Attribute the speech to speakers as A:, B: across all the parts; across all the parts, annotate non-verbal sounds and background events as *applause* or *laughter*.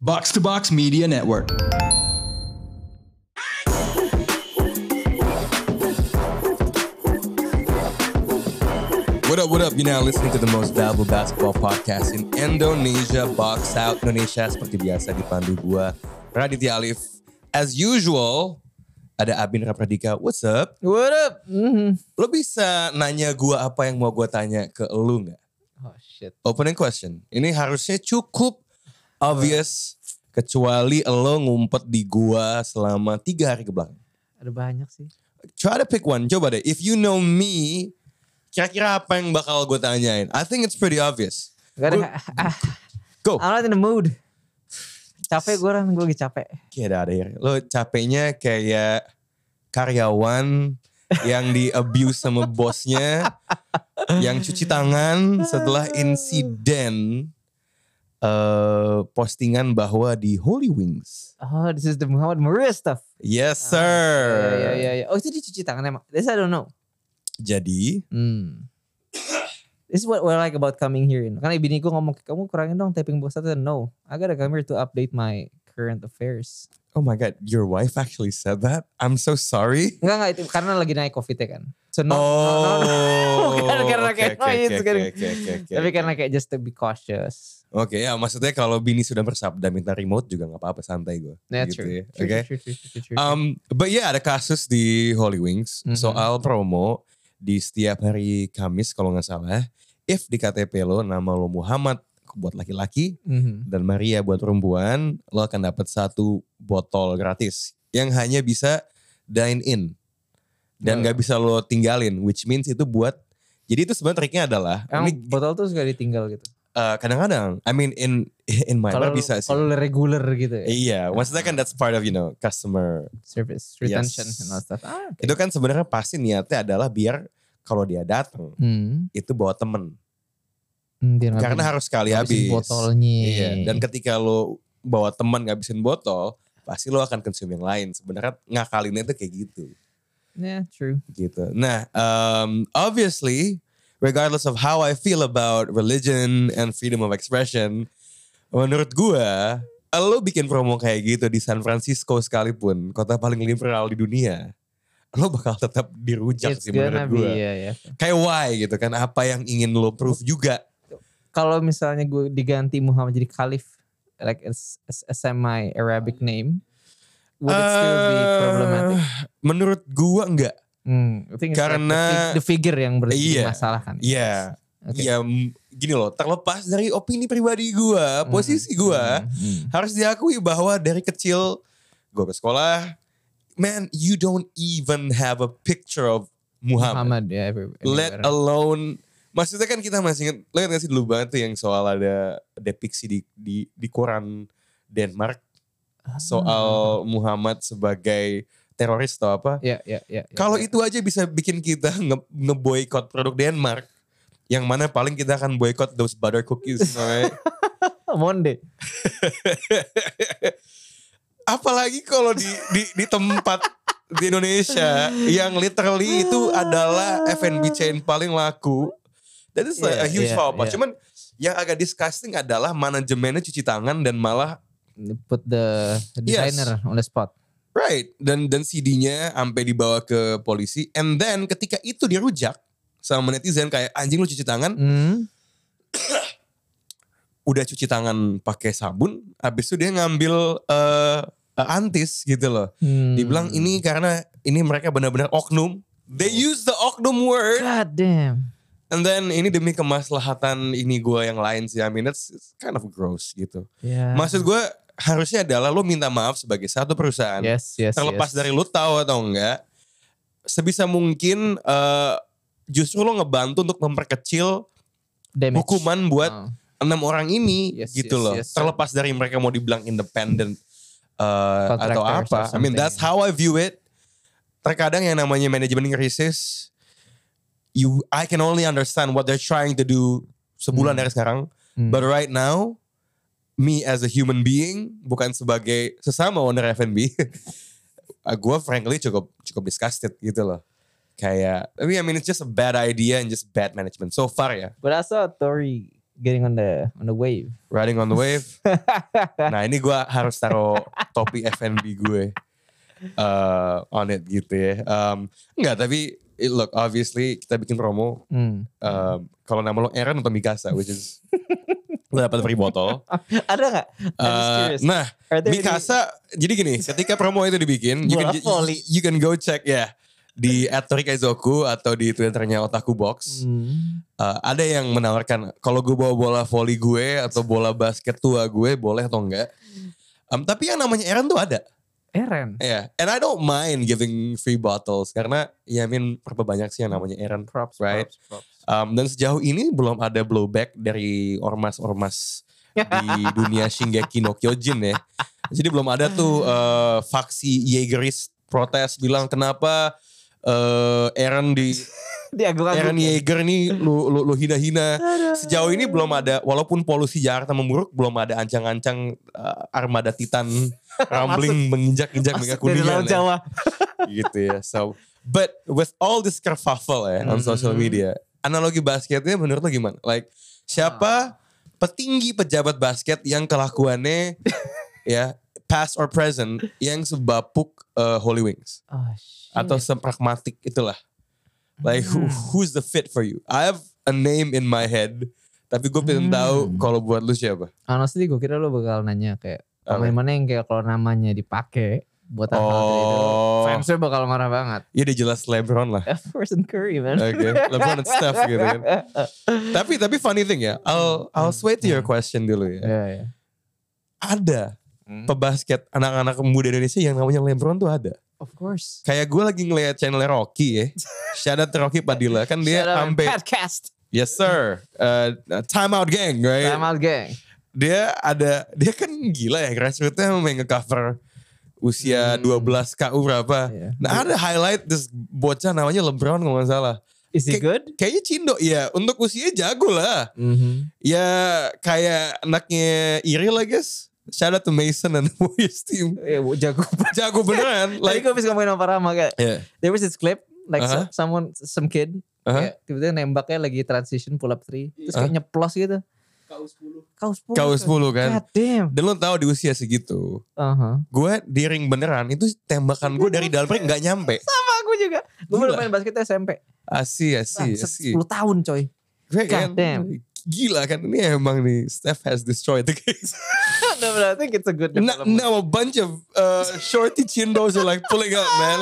A: Box to Box Media Network. What up, what up? You're now listening to the most valuable basketball podcast in Indonesia, Box Out Indonesia. Seperti biasa dipandu gua, Raditya Alif. As usual, ada Abin Rapradika. What's up?
B: What up? Mhm.
A: Lo bisa nanya gua apa yang mau gua tanya ke lu nggak?
B: Oh shit.
A: opening question. Ini harusnya cukup obvious kecuali lo ngumpet di gua selama tiga hari kebelakang.
B: Ada banyak sih.
A: Try to pick one. Coba deh. If you know me, kira-kira apa yang bakal gue tanyain? I think it's pretty obvious.
B: Gak ada.
A: Gua- Go.
B: *laughs* I'm not in the mood. Capek gue orang, gue lagi capek.
A: Get out of here. Lo capeknya kayak karyawan yang di abuse sama bosnya, yang cuci tangan setelah insiden eh, postingan bahwa di Holy Wings.
B: Oh, this is the Muhammad Maria stuff.
A: Yes,
B: Ah,
A: sir.
B: Ya, ya, ya, ya. Oh, itu dicuci tangan emang. This I don't know.
A: Jadi,
B: Hmm. This is what we like about coming here. You know. Karena bini gue ngomong, kamu kurangin dong taping box satu. No, I gotta come here to update my current affairs.
A: oh my god, your wife actually said that. I'm so sorry.
B: Enggak, enggak. Itu karena lagi naik covid ya kan. So no, no,
A: oh,
B: no, no. *laughs* Bukan karena
A: oke,
B: kayak
A: oke,
B: noise,
A: oke,
B: kan.
A: oke, oke, oke,
B: Tapi
A: oke.
B: karena kayak just to be cautious.
A: oke ya maksudnya kalau bini sudah bersabda minta remote juga nggak apa-apa santai gue.
B: That's
A: Gitu
B: Nah, true.
A: ya,
B: True,
A: oke.
B: true, true, true, true, true.
A: Um, but yeah ada kasus di Holy Wings
B: Mhm.
A: soal promo di setiap hari Kamis kalau nggak salah. If di KTP lo nama lo Muhammad buat laki-laki
B: Mhm.
A: dan Maria buat perempuan, lo akan dapat satu botol gratis yang hanya bisa dine in dan
B: Oh.
A: nggak bisa lo tinggalin, which means itu buat jadi itu sebenarnya triknya adalah
B: Emang
A: ini,
B: botol tuh suka ditinggal gitu.
A: eh, kadang-kadang, I mean in *laughs* in my
B: Kalau
A: life Nah, bisa sih.
B: kalau regular gitu ya.
A: Iya, maksudnya kan that's part of you know customer.
B: Service
A: Yes.
B: retention and all stuff. Ah, oke.
A: Itu kan sebenarnya pasti niatnya adalah biar kalau dia datang
B: Hmm.
A: itu bawa temen,
B: Hmm, dia ngabisin-
A: karena harus sekali
B: ngabisin
A: habis.
B: botolnya.
A: Iya, dan ketika lo bawa teman ngabisin botol, pasti lo akan konsum yang lain. Sebenarnya ngakalinnya itu kayak gitu.
B: yeah, true.
A: Gitu. Nah, um, obviously, regardless of how I feel about religion and freedom of expression, menurut gua, lo bikin promo kayak gitu di San Francisco sekalipun, kota paling liberal di dunia, lo bakal tetap dirujak sih
B: It's
A: menurut
B: gonna be
A: gua.
B: yeah, yeah.
A: Kayak why gitu kan, apa yang ingin lo proof juga.
B: Kalau misalnya gue diganti Muhammad jadi Khalif like it's, it's a semi Arabic name would it still be
A: Eh,
B: problematic?
A: Menurut gua enggak.
B: Hmm, I think it's like
A: karena-
B: the, fi- the figure yang
A: Iya,
B: bermasalah kan.
A: iya.
B: Oke.
A: Ya m- gini loh, terlepas dari opini pribadi gua,
B: Hmm,
A: posisi gua
B: hmm, hmm.
A: harus diakui bahwa dari kecil gua ke sekolah, man, you don't even have a picture of Muhammad.
B: Muhammad ya every-
A: Let
B: everywhere.
A: alone maksudnya kan kita masih ingat, lo ingat gak sih dulu banget tuh yang soal ada depiksi di di di koran Denmark
B: Ah.
A: soal Muhammad sebagai teroris atau apa?
B: Ya, ya, ya. ya,
A: Kalau
B: ya.
A: itu aja bisa bikin kita nge ngeboikot produk Denmark, yang mana paling kita akan boikot those butter cookies. Noe.
B: Monde.
A: Apalagi kalau di, di di tempat di Indonesia yang literally itu adalah F&B chain paling laku. That is like a
B: Yeah,
A: huge
B: yeah,
A: faux pas.
B: yeah.
A: Cuman yang agak disgusting adalah manajemennya cuci tangan dan malah
B: Put the designer on the spot.
A: right dan dan CD-nya sampai dibawa ke polisi and then ketika itu dirujak sama netizen kayak anjing lu cuci tangan
B: Hmm.
A: udah cuci tangan pakai sabun, habis itu dia ngambil eh, eh, antis gitu loh.
B: hmm. Oh.
A: Dibilang ini karena ini mereka benar-benar oknum. They use the oknum word
B: God damn.
A: and then ini demi kemaslahatan ini gua yang lain sih. I mean that's it's kind of gross gitu.
B: Ya.
A: Maksud gua harusnya adalah lo minta maaf sebagai satu perusahaan.
B: Yes, yes.
A: Terlepas
B: yes.
A: dari lo tahu atau enggak, sebisa mungkin eh, justru lo ngebantu untuk memperkecil
B: Damage.
A: hukuman buat
B: Oh.
A: enam orang ini
B: Yes,
A: gitu
B: yes,
A: loh.
B: yes, sir.
A: Terlepas dari mereka mau dibilang independen uh, atau
B: Contractors
A: apa.
B: or
A: I mean that's
B: something.
A: how I view it. Terkadang yang namanya manajemen krisis, you I can only understand what they're trying to do sebulan
B: Hmm.
A: dari sekarang.
B: Hmm.
A: But right now, me as a human being bukan sebagai sesama owner *laughs* F&B, gue frankly cukup cukup disgusted gitu loh. Kayak, I mean, I mean it's just a bad idea and just bad management so far ya.
B: But I saw a story getting on the on the wave. *laughs*
A: Riding on the wave. *laughs* Nah ini gue harus taruh topi F&B gue eh, on it gitu ya. Um, enggak tapi it- look obviously kita bikin promo.
B: Hmm.
A: um, Kalau nama lo Aaron atau Mikasa which
B: *laughs*
A: is lo dapat free botol.
B: Ada nggak? *laughs* I'm just
A: Eh,
B: curious.
A: nah
B: Are there any-
A: Mikasa jadi gini ketika promo itu dibikin you can,
B: Monopoli.
A: you can go check ya di @torikaizoku atau di twitternya Otaku Box.
B: Hmm.
A: Eh, ada yang menawarkan kalau gue bawa bola voli gue atau bola basket tua gue boleh atau enggak.
B: Hmm.
A: Em, tapi yang namanya Eren tuh ada.
B: Eren.
A: Yeah, and I don't mind giving free bottles karena ya I mean berapa banyak sih yang namanya Aaron.
B: Props,
A: Right.
B: props, props.
A: Um, dan sejauh ini belum ada blowback dari ormas-ormas
B: *laughs*
A: di dunia Shingeki no Kyojin ya. Jadi belum ada tuh eh, faksi Yeageris protes bilang kenapa eh Aaron di
B: *laughs* Dia gue
A: Aaron Yeager nih lu lu, lu hina-hina. Sejauh ini belum ada walaupun polusi Jakarta memburuk belum ada ancang-ancang eh, armada Titan rambling menginjak-injak mega
B: dari
A: kuningan.
B: Laut
A: ya
B: Jawa.
A: gitu ya. So, but with all this kerfuffle ya on social
B: Mhm.
A: media, analogi basketnya menurut lo gimana? Like siapa petinggi pejabat basket yang kelakuannya ya past or present yang sebapuk uh, Holy Wings
B: Oh, shit.
A: atau sepragmatik itulah. Like who-
B: Hmm.
A: who's the fit for you? I have a name in my head, tapi gue belum
B: Hmm.
A: tahu kalau buat lu siapa.
B: honestly gue kira lo bakal nanya kayak pemain mana yang kayak kalau namanya dipakai buat apa
A: Oh.
B: fansnya bakal marah banget.
A: Ya dia jelas LeBron lah.
B: *laughs* Of course and Curry man.
A: Oke, LeBron and Steph gitu
B: *laughs*
A: kan. Tapi tapi funny thing ya, I'll I'll
B: Hmm.
A: sway to your question dulu ya.
B: Ya, ya.
A: Ada
B: Hmm.
A: pebasket anak-anak muda Indonesia yang namanya LeBron tuh ada.
B: Of course.
A: Kayak gue lagi ngeliat channel Rocky
B: *laughs*
A: ya. Shout out to Rocky Padilla kan dia
B: Shout out and *laughs*
A: sampai
B: podcast.
A: yes sir, uh, time out gang, right?
B: Time out gang.
A: Dia ada dia kan gila ya grassrootsnya main ngecover usia
B: Hmm.
A: 12 KU berapa.
B: Iya.
A: Nah ada highlight this bocah namanya LeBron kalau nggak salah.
B: Is he
A: Kayak-
B: good?
A: Kayaknya Cindo ya untuk usia jago lah.
B: Mhm.
A: Ya kayak anaknya Iril I guess. Shout out to Mason and the Warriors team.
B: Eh, jago.
A: Jago
B: *laughs*
A: beneran.
B: Tadi
A: *laughs* like, ya,
B: gue bisa ngomongin sama Rama kayak
A: yeah.
B: there was this clip like
A: Uh-huh.
B: so- someone some kid
A: Uh-huh.
B: kayak tiba-tiba nembaknya lagi transition pull up three terus kayak nyeplos gitu kaos 10
A: Kau
B: kaos 10
A: 10 kan.
B: god damn
A: Dan lo tau di usia segitu.
B: uh-huh.
A: Gue di ring beneran. Itu tembakan gue dari dalam ring gak nyampe.
B: sama aku juga gue baru
A: Gila.
B: main basket SMP
A: Asih, asih,
B: Bangsat,
A: asih.
B: 10 tahun coy
A: Gue
B: God damn.
A: Iya kan? Gila kan. Ini emang nih. Steph has destroyed the game.
B: no but I think it's a good
A: now,
B: development
A: now a bunch of uh, shorty chindos are like pulling out man.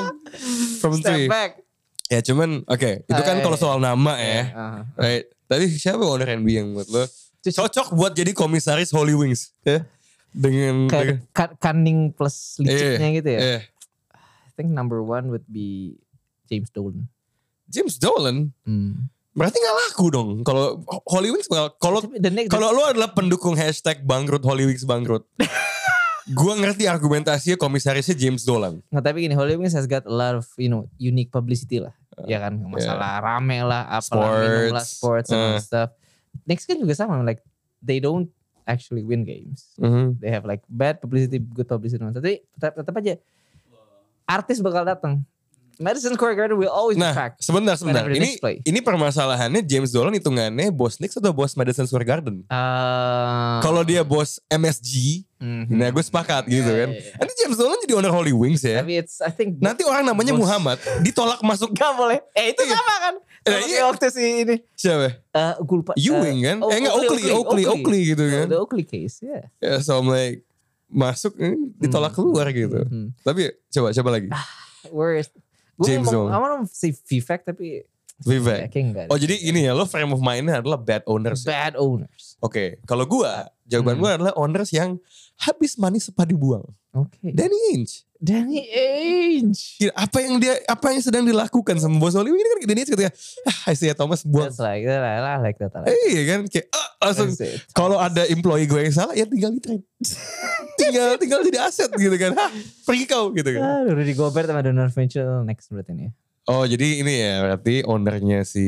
A: From
B: step
A: three.
B: back
A: Ya cuman oke. itu kan
B: Hai.
A: kalau soal nama
B: Eh,
A: ya. Right. Tapi siapa owner NB yang buat lo? Cocok buat jadi komisaris Holy Wings. Ya. Dengan. dengan-
B: kayak gitu, ka- Kan, cunning plus liciknya gitu ya
A: eh.
B: I think number one would be James Dolan
A: James Dolan.
B: Hmm.
A: Berarti nggak laku dong kalau Holy Wings well, kalau
B: Tapi the next
A: kalau lu adalah pendukung hashtag bangkrut Holy Wings bangkrut. gua ngerti argumentasinya komisarisnya James Dolan.
B: Nggak Nah, tapi gini Holy Wings has got a lot of you know unique publicity lah. ya kan masalah rame lah apalah minum lah
A: Sports.
B: sports and
A: Eh.
B: all stuff. Next kan juga sama like they don't actually win games. They have like bad publicity, good publicity. Tapi tetap, tetap aja artis bakal datang. Madison Square Garden will always
A: Nah,
B: be packed.
A: sebentar sebentar.
B: Whenever the
A: Ini
B: next play.
A: ini permasalahannya James Dolan hitungannya bos Knicks atau bos Madison Square Garden?
B: Eh,
A: Kalau dia bos MSG,
B: mhm.
A: nah gue sepakat gitu
B: Iya,
A: kan.
B: iya, iya.
A: Nanti James Dolan jadi owner Holy Wings ya.
B: Tapi it's I think
A: Nanti orang namanya
B: Bos.
A: Muhammad ditolak masuk
B: nggak boleh. Eh itu
A: Iya.
B: sama kan?
A: Eh,
B: Sama
A: iya.
B: kayak waktu si ini.
A: siapa?
B: Eh gue lupa. eh,
A: Ewing kan?
B: oh,
A: eh enggak Oakley, Oakley, Oakley, gitu kan.
B: The Oakley case, ya.
A: Ya, so I'm like masuk eh, ditolak keluar gitu.
B: Mhm.
A: Tapi coba coba lagi.
B: Ah, Whereas gua
A: James
B: ngomong,
A: Dolan.
B: I wanna say Vivek tapi
A: Vivek.
B: Vivek enggak.
A: Oh jadi ini ya lo frame of mindnya adalah bad owners. ya?
B: bad owners.
A: Oke, kalau gua jawaban
B: Hmm.
A: gua adalah owners yang habis manis sepah dibuang.
B: Oke.
A: Danny Ainge.
B: Danny Ainge.
A: Gila, Apa yang dia apa yang sedang dilakukan sama bos Oli ini kan Danny Ainge ketika ah Isaiah Thomas buang.
B: That's like that. I like that. I
A: Eh
B: like that.
A: iya kan kayak ah, langsung
B: That's it.
A: kalau ada employee gue yang salah ya tinggal di *laughs* trade. tinggal tinggal jadi aset gitu kan. Hah, pergi kau gitu kan.
B: Aduh, Rudy Gobert sama Donovan Mitchell next berarti ini. ya.
A: Oh jadi ini ya berarti ownernya si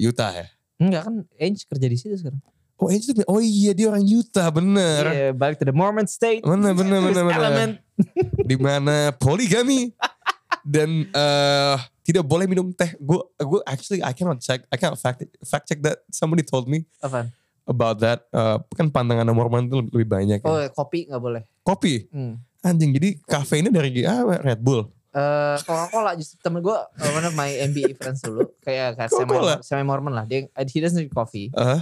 A: Utah ya.
B: Enggak kan Ainge kerja di situ sekarang.
A: Oh Ainge tuh oh iya dia orang Utah bener.
B: Iya, balik to the Mormon state.
A: Bener bener
B: to his
A: bener bener.
B: element.
A: di mana poligami dan eh tidak boleh minum teh. Gue gue actually I cannot check I cannot fact fact check that somebody told me
B: Apaan?
A: about that? Uh, kan pantangan nomor one itu lebih banyak.
B: Oh
A: Ya.
B: kopi nggak boleh.
A: Kopi,
B: Hmm.
A: anjing. Jadi kafeinnya dari ah, Red Bull.
B: Eh, Coca-Cola justru temen gue uh, one of my MBA friends dulu kayak kayak semi
A: Coca-Cola?
B: semi Mormon lah dia he doesn't drink coffee
A: Eh,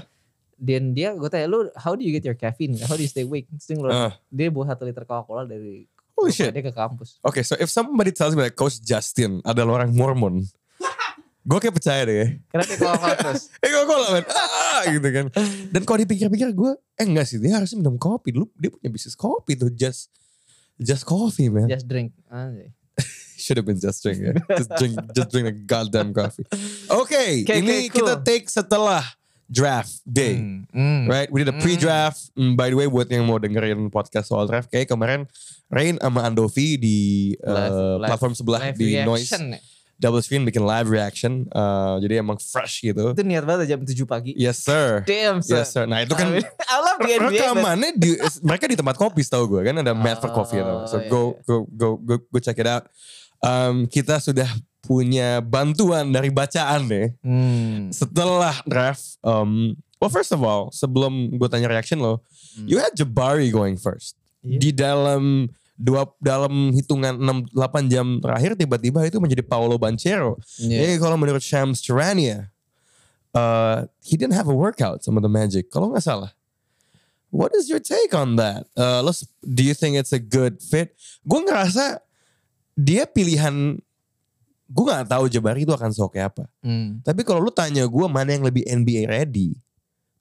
B: dan dia gue tanya lu how do you get your caffeine how do you stay awake Terus dia
A: eh.
B: ngeluarin- dia buat satu liter Coca-Cola dari
A: Holy
B: rumah
A: shit.
B: dia ke kampus
A: Oke, so if somebody tells me that Coach Justin adalah orang Mormon, gue kayak percaya deh.
B: karena dia Coca-Cola terus
A: *laughs* Eh Coca-Cola men, ah, gitu kan. Dan kalau dipikir-pikir gue, eh enggak sih, dia harusnya minum kopi dulu. Dia punya bisnis kopi tuh, just just coffee man.
B: just drink Anjay.
A: Should have been just drink ya. Just drink, just drink the goddamn coffee. Oke,
B: Oke,
A: ini
B: oke, cool.
A: kita take setelah draft day.
B: Hmm, hmm.
A: Right, we did a pre-draft. Mm, by the way, buat yang mau dengerin podcast soal draft, kayak kemarin Rain sama Andovi di uh,
B: Live- live-
A: platform sebelah
B: Live
A: di Noise
B: reaction ya.
A: double screen bikin live reaction. Uh, jadi emang fresh gitu.
B: itu niat banget jam 7 pagi
A: Yes sir.
B: damn son
A: Yes sir. Nah Iya. itu
B: *laughs*
A: kan
B: I mean, I love the NBA but-
A: rekamannya di mereka di tempat kopi tahu gue kan ada Mad for Coffee tau.
B: Oh,
A: So
B: iya,
A: go go go go go check it out. Um, kita sudah punya bantuan dari bacaan deh
B: Hmm.
A: setelah draft. Um, well first of all sebelum gue tanya reaction lo,
B: Hmm.
A: you had Jabari going first
B: Iya.
A: di dalam dua dalam hitungan 6 8 jam terakhir tiba-tiba itu menjadi Paolo Banchero.
B: Yeah.
A: Jadi kalau menurut Shams Charania, uh, he didn't have a workout sama the Magic. Kalau nggak salah. What is your take on that? Uh, lo s- do you think it's a good fit? Gue ngerasa dia pilihan gue nggak tahu Jabari itu akan sok kayak apa.
B: Hmm.
A: Tapi kalau lu tanya gue mana yang lebih NBA ready,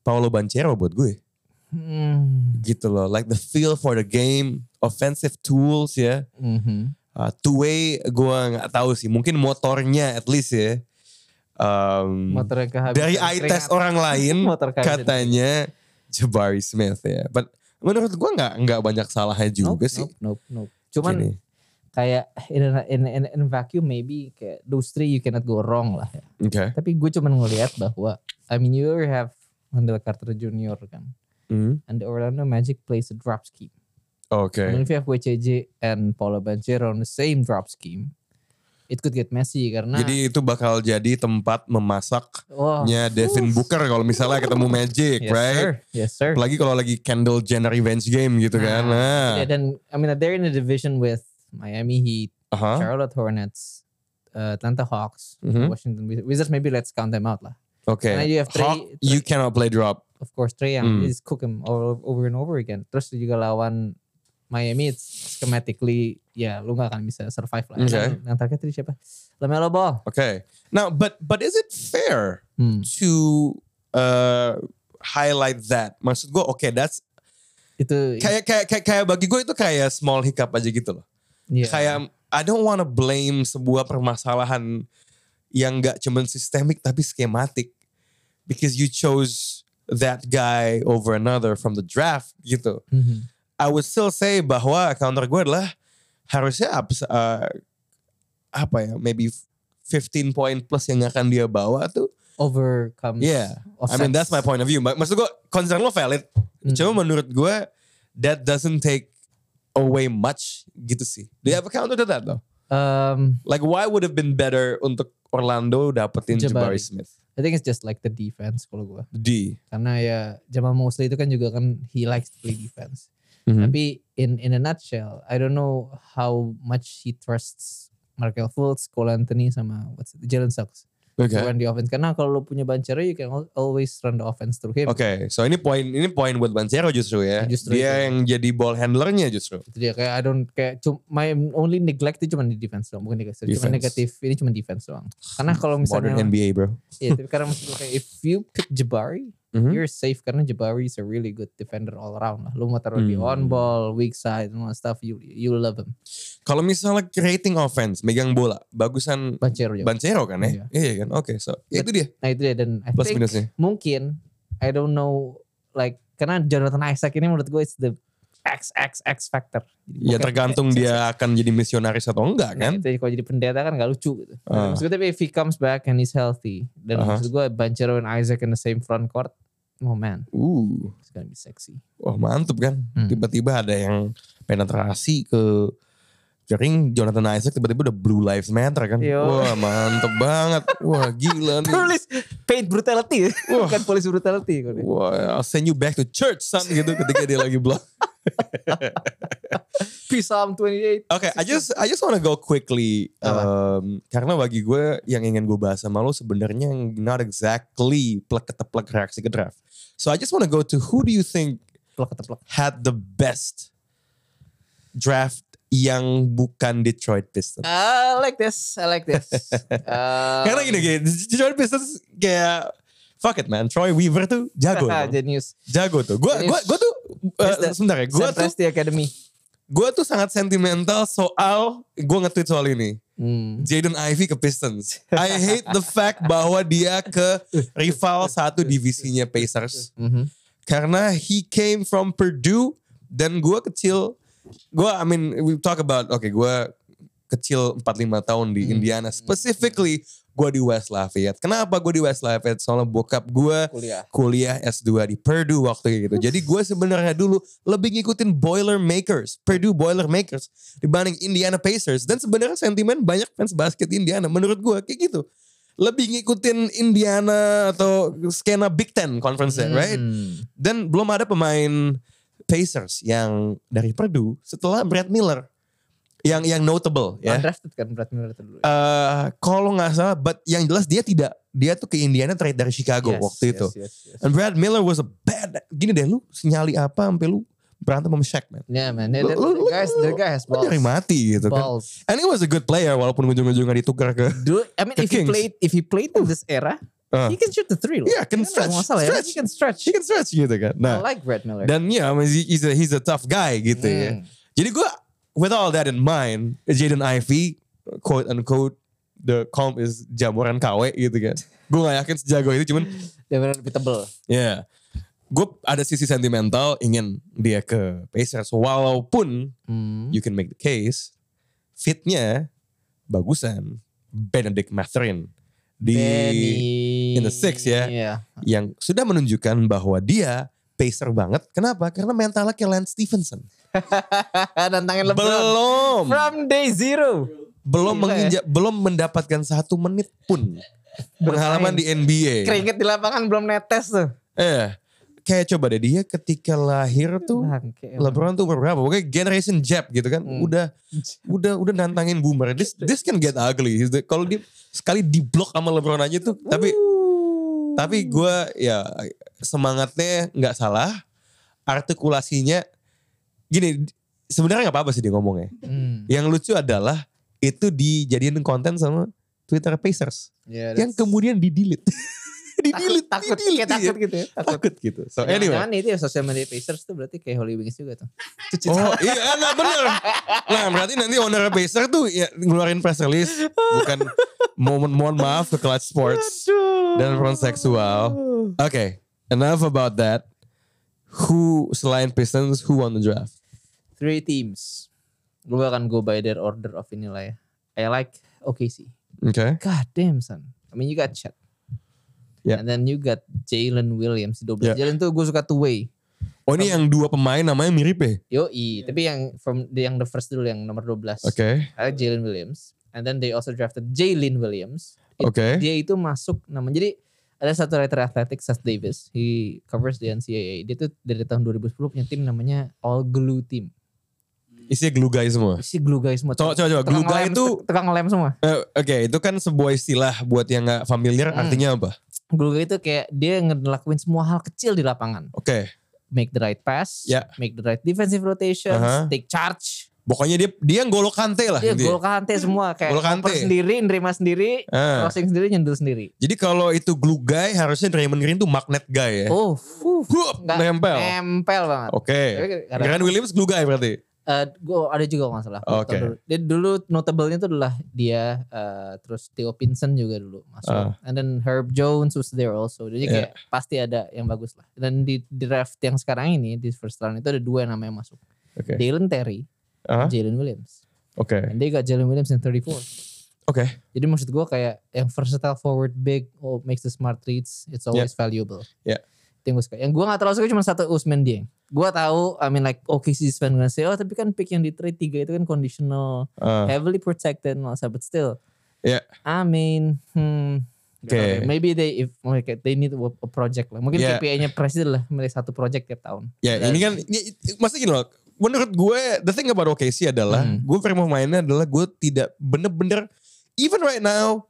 A: Paolo Banchero buat gue
B: Hmm.
A: gitu loh. Like the feel for the game, offensive tools ya.
B: Mhm.
A: Uh, two way gue nggak tahu sih. Mungkin motornya at least ya. Um,
B: motor yang kehabisan
A: dari eye
B: keringat.
A: test orang lain
B: *laughs* motor kehabisan.
A: katanya Jabari Smith ya. But menurut gue nggak nggak banyak salahnya juga
B: Nope,
A: sih.
B: nope, nope, nope. cuman
A: Gini.
B: kayak in, a- in, in, in vacuum maybe kayak those three you cannot go wrong lah ya.
A: Oke.
B: tapi gue cuman ngelihat bahwa I mean you already have Wendell Carter Jr. kan
A: Hmm.
B: and the Orlando Magic plays a drop scheme
A: Oke.
B: And if you have WCJ and Paulo Banchero on the same drop scheme, it could get messy karena
A: Jadi itu bakal jadi tempat memasaknya
B: wah,
A: Devin Booker kalau misalnya ketemu Magic,
B: Oh. yes
A: right?
B: sir, yes sir.
A: Apalagi kalau lagi Kendall Jenner revenge game gitu
B: Nah,
A: kan. Nah.
B: Yeah, then I mean uh, they're in a division with Miami Heat,
A: Aha.
B: Charlotte Hornets, uh, Atlanta Hawks,
A: Mhm.
B: Washington Wiz- Wizards. Maybe let's count them out lah.
A: Oke.
B: Karena you have three-
A: Hawk, you cannot play drop.
B: Of course, Trae
A: Hmm.
B: Young is cook him over, over and over again. Terus juga lawan Miami, it's schematically ya lu gak akan bisa survive lah.
A: Okay.
B: Yang, yang target itu siapa? Lamelo Ball.
A: Oke. Now, but but is it fair
B: Hmm.
A: to uh, highlight that. Maksud gue, oke, that's
B: Itu
A: kayak kayak kayak, kayak bagi gue itu kayak small hiccup aja gitu loh.
B: yeah.
A: Kayak I don't wanna blame sebuah permasalahan yang gak cuman sistemik tapi skematik because you chose that guy over another from the draft gitu.
B: Mhm.
A: I would still say bahwa counter gue adalah harusnya abs- uh, apa ya maybe 15 point plus yang akan dia bawa tuh
B: overcomes.
A: Yeah. I
B: offsets.
A: mean that's my point of view. Ma- Maksud gue concern lo valid.
B: Mm.
A: Cuma menurut gue that doesn't take away much gitu sih. Do you have a counter to that though?
B: Um,
A: Like why would have been better untuk Orlando dapetin Jabari,
B: Jabari.
A: Smith?
B: I think it's just like the defense kalau gue.
A: D.
B: Karena ya Jamal Mosley itu kan juga kan he likes to play defense.
A: Hmm.
B: Tapi in in a nutshell, I don't know how much he trusts Markel Fultz, Cole Anthony sama what's it, Jalen Suggs
A: Oke.
B: to run the offense. Karena kalau lu punya Banchero, you can al- always run the offense through him. gitu.
A: Oke, so ini poin ini poin buat Banchero justru ya.
B: Justru
A: Dia
B: itu.
A: yang jadi ball handlernya justru.
B: Itu dia kayak I don't kayak cum, my only neglect itu cuma di defense doang, bukan negatif. Cuma
A: Defense.
B: negatif ini cuma defense doang. Karena kalau misalnya
A: Modern NBA bro.
B: Iya, tapi karena maksud gue kayak if you pick Jabari,
A: Hmm?
B: you're safe karena Jabari is a really good defender all around lah. Lu mau taruh di
A: Hmm.
B: on ball, weak side, and all that stuff, you you love him.
A: Kalau misalnya creating offense, megang bola, bagusan
B: Banchero juga.
A: Banchero kan ya? Iya kan. Oke, so itu dia
B: nah itu dia dan I
A: plus
B: think
A: minusnya.
B: mungkin I don't know like karena Jonathan Isaac ini menurut gue it's the X X X factor.
A: Ya
B: Jadi bukan-
A: tergantung
B: X, X, X.
A: dia akan jadi misionaris atau enggak kan?
B: Nah, itu kalau jadi pendeta kan gak lucu gitu.
A: Ah. Uh-huh.
B: Nah, maksud gue tapi if he comes back and he's healthy, dan
A: Aha.
B: maksud gue Banchero and Isaac in the same front court, oh man,
A: Uh,
B: it's gonna
A: *laughs*
B: be sexy.
A: wah mantep kan?
B: Hmm.
A: Tiba-tiba ada yang penetrasi ke jaring Jonathan Isaac tiba-tiba udah Blue Lives Matter kan?
B: Yo.
A: Wah mantep banget. Wah gila nih.
B: Blue Lives paint brutality
A: Wah.
B: *laughs* bukan police brutality kalau dia.
A: Wah, I'll send you back to church son gitu ketika dia lagi blog.
B: Psalm 28
A: Oke, I just I just wanna go quickly
B: Apa?
A: um, karena bagi gue yang ingin gue bahas sama lo sebenarnya not exactly plek keteplek reaksi ke draft. So I just wanna go to who do you think
B: plak teplak
A: had the best draft yang bukan Detroit Pistons?
B: I Uh, like this I
A: *laughs*
B: like this Um,
A: karena gini gini Detroit Pistons kayak fuck it man, Troy Weaver tuh
B: *laughs*
A: jago, tuh.
B: Genius
A: jago tuh. Gue
B: Genius.
A: gue gue tuh
B: Yes,
A: eh,
B: that-
A: sebentar ya, gue
B: Sam
A: tuh
B: Presti Academy
A: gue tuh sangat sentimental soal gue nge-tweet soal ini.
B: hmm.
A: Jaden Ivey ke Pistons. I hate the fact bahwa dia ke rival satu divisinya Pacers
B: Mhm.
A: karena he came from Purdue dan gue kecil gue I mean we talk about oke gue kecil 45 tahun di
B: Hmm.
A: Indiana specifically gue di West Lafayette. Kenapa gue di West Lafayette? Soalnya bokap gue
B: kuliah
A: kuliah S2 di Purdue waktu itu. Jadi gue sebenarnya dulu lebih ngikutin Boilermakers, Purdue Boilermakers dibanding Indiana Pacers. Dan sebenarnya sentimen banyak fans basket Indiana menurut gue kayak gitu. Lebih ngikutin Indiana atau skena Big Ten conference right?
B: Hmm.
A: Dan belum ada pemain Pacers yang dari Purdue setelah Brad Miller yang yang notable ya.
B: Undrafted kan Brad Miller itu dulu
A: Eh, kalau nggak salah, but yang jelas dia tidak dia tuh ke Indiana trade dari Chicago
B: Yes,
A: waktu
B: yes,
A: itu.
B: yes, yes.
A: And Brad Miller was a bad. Gini deh, lu sinyali apa sampai lu berantem sama Shaq, man?
B: Yeah Nah,
A: Lu-
B: man, that, that,
A: lu-
B: that guys, that guy has
A: Lu
B: balls.
A: dari mati gitu kan.
B: balls.
A: And he was a good player walaupun ujung-ujungnya ditukar ke.
B: Do I mean
A: The
B: if he
A: Kings.
B: played if he played in this era,
A: Uh.
B: he can shoot the three. loh.
A: Yeah, can
B: Kan ada
A: stretch,
B: masalah ya,
A: stretch.
B: He can stretch.
A: He can stretch gitu kan.
B: I
A: Nah,
B: like Brad Miller.
A: dan ya, I mean, he- he's a, he's a tough guy gitu ya.
B: Hmm.
A: Jadi gue, with all that in mind, Jaden Ivey, quote unquote, the comp is jamuran KW gitu kan. gue gak yakin sejago itu, cuman
B: Dia benar lebih tebel.
A: ya. Gue ada sisi sentimental ingin dia ke Pacers walaupun
B: Hmm.
A: you can make the case fitnya bagusan Benedict Mathurin di
B: Benny.
A: in the six, ya.
B: Yeah.
A: yang sudah menunjukkan bahwa dia pacer banget. Kenapa? Karena mentalnya kayak Lance Stevenson.
B: *laughs* Nantangin LeBron.
A: Belum
B: From day zero.
A: belum
B: Gila ya.
A: menginjak belum mendapatkan satu menit pun pengalaman di NBA.
B: Keringet di lapangan belum netes tuh.
A: Eh, kayak coba deh dia ketika lahir tuh
B: Bangke.
A: LeBron tuh berapa? Pokoknya generation gap gitu kan.
B: Nah, iya. Hmm.
A: Udah udah udah nantangin boomer. This this can get ugly. He's the- Kalau dia sekali di blok sama LeBron aja tuh, tapi
B: Ooh.
A: tapi gue ya semangatnya nggak salah, artikulasinya gini. Sebenarnya nggak apa-apa sih dia ngomongnya.
B: Hmm.
A: Yang lucu adalah itu dijadiin konten sama Twitter Pacers
B: Yeah,
A: yang
B: Ya, that's-
A: kemudian di delete. di delete,
B: *laughs* takut, takut,
A: di delete.
B: kayak takut gitu ya. Takut.
A: takut gitu. So iya. anyway.
B: Jangan-jangan itu ya social media Pacers tuh berarti kayak Holy Wings juga tuh. Cuci
A: Oh
B: tangan.
A: iya nah bener Nah berarti nanti owner Pacer tuh ya, ngeluarin press release Bukan mohon, mohon maaf ke Clutch Sports
B: Aduh.
A: Dan front seksual Oke enough about that Who selain Pistons who won the draft?
B: Three teams. Gue akan go by their order of inilah ya. I like OKC.
A: Oke
B: God damn son. I mean you got Chet.
A: Yeah.
B: And then you got Jalen Williams. Si 12.
A: Yeah.
B: Jalen tuh gue suka two way.
A: Oh ini yang dua pemain namanya mirip ya?
B: Yoi. Tapi yang from yang the first dulu yang nomor 12.
A: Oke
B: I like Jalen Williams. And then they also drafted Jalen Williams. It-
A: Oke
B: Dia itu masuk nama. Jadi ada satu writer atletik Seth Davis. He covers the NCAA. Dia tuh dari tahun 2010 punya tim namanya All Glue Team.
A: Isinya glue guy semua
B: Si glue guys semua.
A: Coba coba, coba. glue guy
B: ngelem-
A: itu
B: *laughs* tukang ngelem semua.
A: eh, Oke itu kan sebuah istilah buat yang gak familiar
B: Hmm.
A: artinya apa?
B: Glue guy itu kayak dia ngelakuin semua hal kecil di lapangan.
A: Oke
B: Make the right pass,
A: Ya.
B: make the right defensive rotations,
A: Aha.
B: take charge.
A: Pokoknya dia dia golok kante lah
B: Dia
A: intinya.
B: gol kante semua kayak
A: Gol kante.
B: ngoper sendiri, nerima sendiri,
A: Ah.
B: crossing sendiri, nyundul sendiri.
A: Jadi kalau itu glue guy harusnya Draymond Green tuh magnet guy ya.
B: Oh, fuh,
A: Hup,
B: nggak-
A: nempel.
B: nempel banget. Tapi
A: Oke.
B: karena-
A: Grant Williams glue guy berarti.
B: Eh, gua ada juga kalau nggak salah.
A: Oke.
B: Tahun dulu. Dia dulu notablenya itu adalah dia eh, terus Theo Pinson juga dulu masuk.
A: Ah.
B: And then Herb Jones was there also.
A: Yeah.
B: Jadi kayak pasti ada yang bagus lah. Dan di draft yang sekarang ini di first round itu ada dua nama yang masuk.
A: Oke.
B: Dalen Terry,
A: Ah,
B: Jalen Williams.
A: Oke.
B: And they got Jalen Williams in 34.
A: Oke.
B: Jadi maksud gua kayak yang versatile forward big oh, makes the smart reads, it's always valuable.
A: Yeah.
B: Itu yang gue suka. Yang gue gak terlalu suka cuma satu Usman Dieng. Gue tahu, I mean like oke sih Sven gonna say, oh tapi kan pick yang di trade tiga itu kan conditional,
A: Ah, ya.
B: heavily protected, and all that, but still.
A: Yeah.
B: I mean, hmm, Gak tau
A: Oke.
B: deh. Maybe they if mereka- they need a a project lah. Mungkin
A: Yeah.
B: KPI-nya presiden lah milih satu project tiap tahun.
A: Ya
B: Dan-
A: ini kan, ya, it- masa gini loh. Menurut gue, the thing about OKC adalah,
B: Hmm.
A: gue frame of mind-nya adalah gue tidak bener-bener, even right now,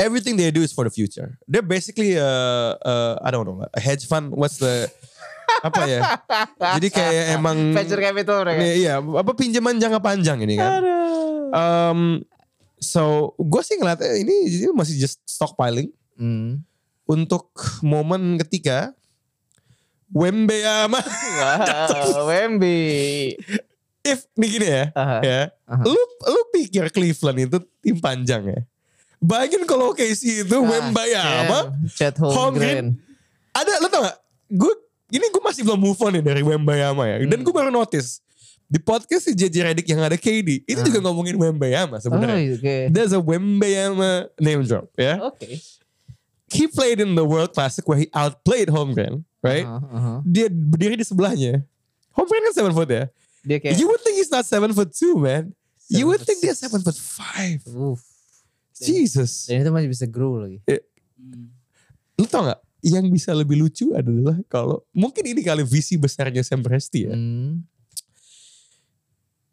A: everything they do is for the future. They're basically, uh, uh, I don't know, a hedge fund, what's the, *laughs* apa ya? Jadi kayak emang,
B: venture capital mereka.
A: Iya, iya, apa pinjaman jangka panjang ini kan.
B: Aduh.
A: Um, so, gue sih ngeliatnya ini jadi masih just stockpiling
B: Hmm.
A: untuk momen ketika Wembeyama,
B: Wow, *laughs* Wemby. Ah,
A: if nih gini ya,
B: Aha.
A: ya,
B: Aha.
A: lu lu pikir Cleveland itu tim panjang ya? Bayangin kalau OKC itu
B: Ah, iya.
A: Wembeyama,
B: damn. Chet
A: Holmgren.
B: Holmgren.
A: ada lu tau gak? Gue ini gue masih belum move on nih dari Wembayama ya. Dan
B: Hmm.
A: gue baru notice di podcast si JJ Redick yang ada KD itu
B: Ah.
A: juga ngomongin Wembayama
B: Oh,
A: sebenarnya.
B: oke.
A: There's a Wembayama name drop, yeah.
B: Oke.
A: He played in the World Classic where he outplayed Holmgren, right?
B: Aha, aha.
A: Dia berdiri di sebelahnya. Holmgren kan 7 foot ya.
B: Dia kayak
A: You would think he's not 7 foot 2, man. you would think they're 7 foot 5.
B: Uff.
A: Jesus.
B: Dan itu masih bisa grow lagi.
C: Hmm.
A: Lu tau gak? Yang bisa lebih lucu adalah kalau mungkin ini kali visi besarnya Sam Presti ya.
B: Hmm.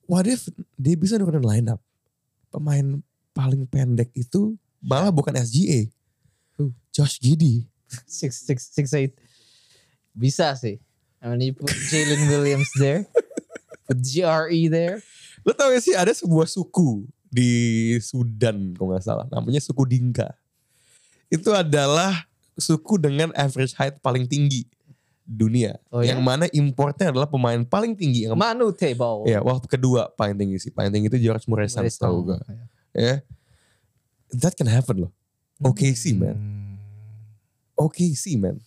A: What if dia bisa nurunin line up? Pemain paling pendek itu malah bukan SGA.
B: Who?
A: Josh Giddy.
B: six six six eight. Bisa sih. I mean you put Jalen Williams
A: *laughs*
B: there, put GRE there.
A: Lu tau gak sih ada sebuah suku di Sudan kalau gak salah. Namanya suku Dinka. Itu adalah suku dengan average height paling tinggi dunia.
B: Oh,
A: yang
B: ya?
A: mana importnya adalah pemain paling tinggi. Yang,
B: Manu table.
A: ya, wah kedua paling tinggi sih. Paling tinggi itu George Muresan setahu gue. Ya. That can happen loh.
B: Hmm.
A: OKC Oh, man. OKC man.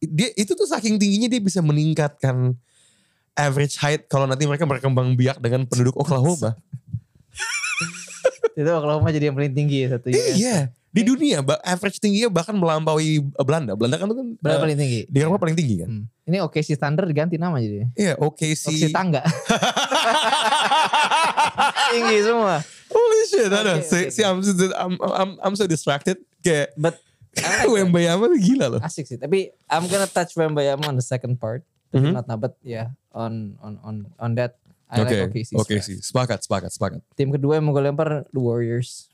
A: Dia itu tuh saking tingginya dia bisa meningkatkan average height kalau nanti mereka berkembang biak dengan penduduk Oklahoma.
B: Itu Oklahoma jadi yang paling tinggi ya satu
A: Iya,
B: US.
A: di dunia ba- average tingginya bahkan melampaui eh, Belanda. Belanda kan itu kan
B: Berapa
A: eh,
B: paling tinggi?
A: di Eropa paling tinggi kan.
B: Hmm. Ini OKC Thunder diganti nama jadi.
A: Iya, OKC.
B: OKC
A: *laughs*
B: Tangga. tinggi semua.
A: Holy shit, I don't know.
B: Oke,
A: See-
B: oke.
A: see, I'm, so- I'm, I'm, I'm so distracted. Kayak
B: But
A: *laughs*
B: I like that.
A: Wembayama tuh gila loh.
B: asik sih. Tapi I'm gonna touch Wembayama on the second part.
A: Mhm.
B: Not now, but yeah, on on on on that. I
A: Oke,
B: like OKC.
A: oke sih. Sepakat, sepakat, sepakat.
B: Tim kedua yang mau gue lempar the Warriors.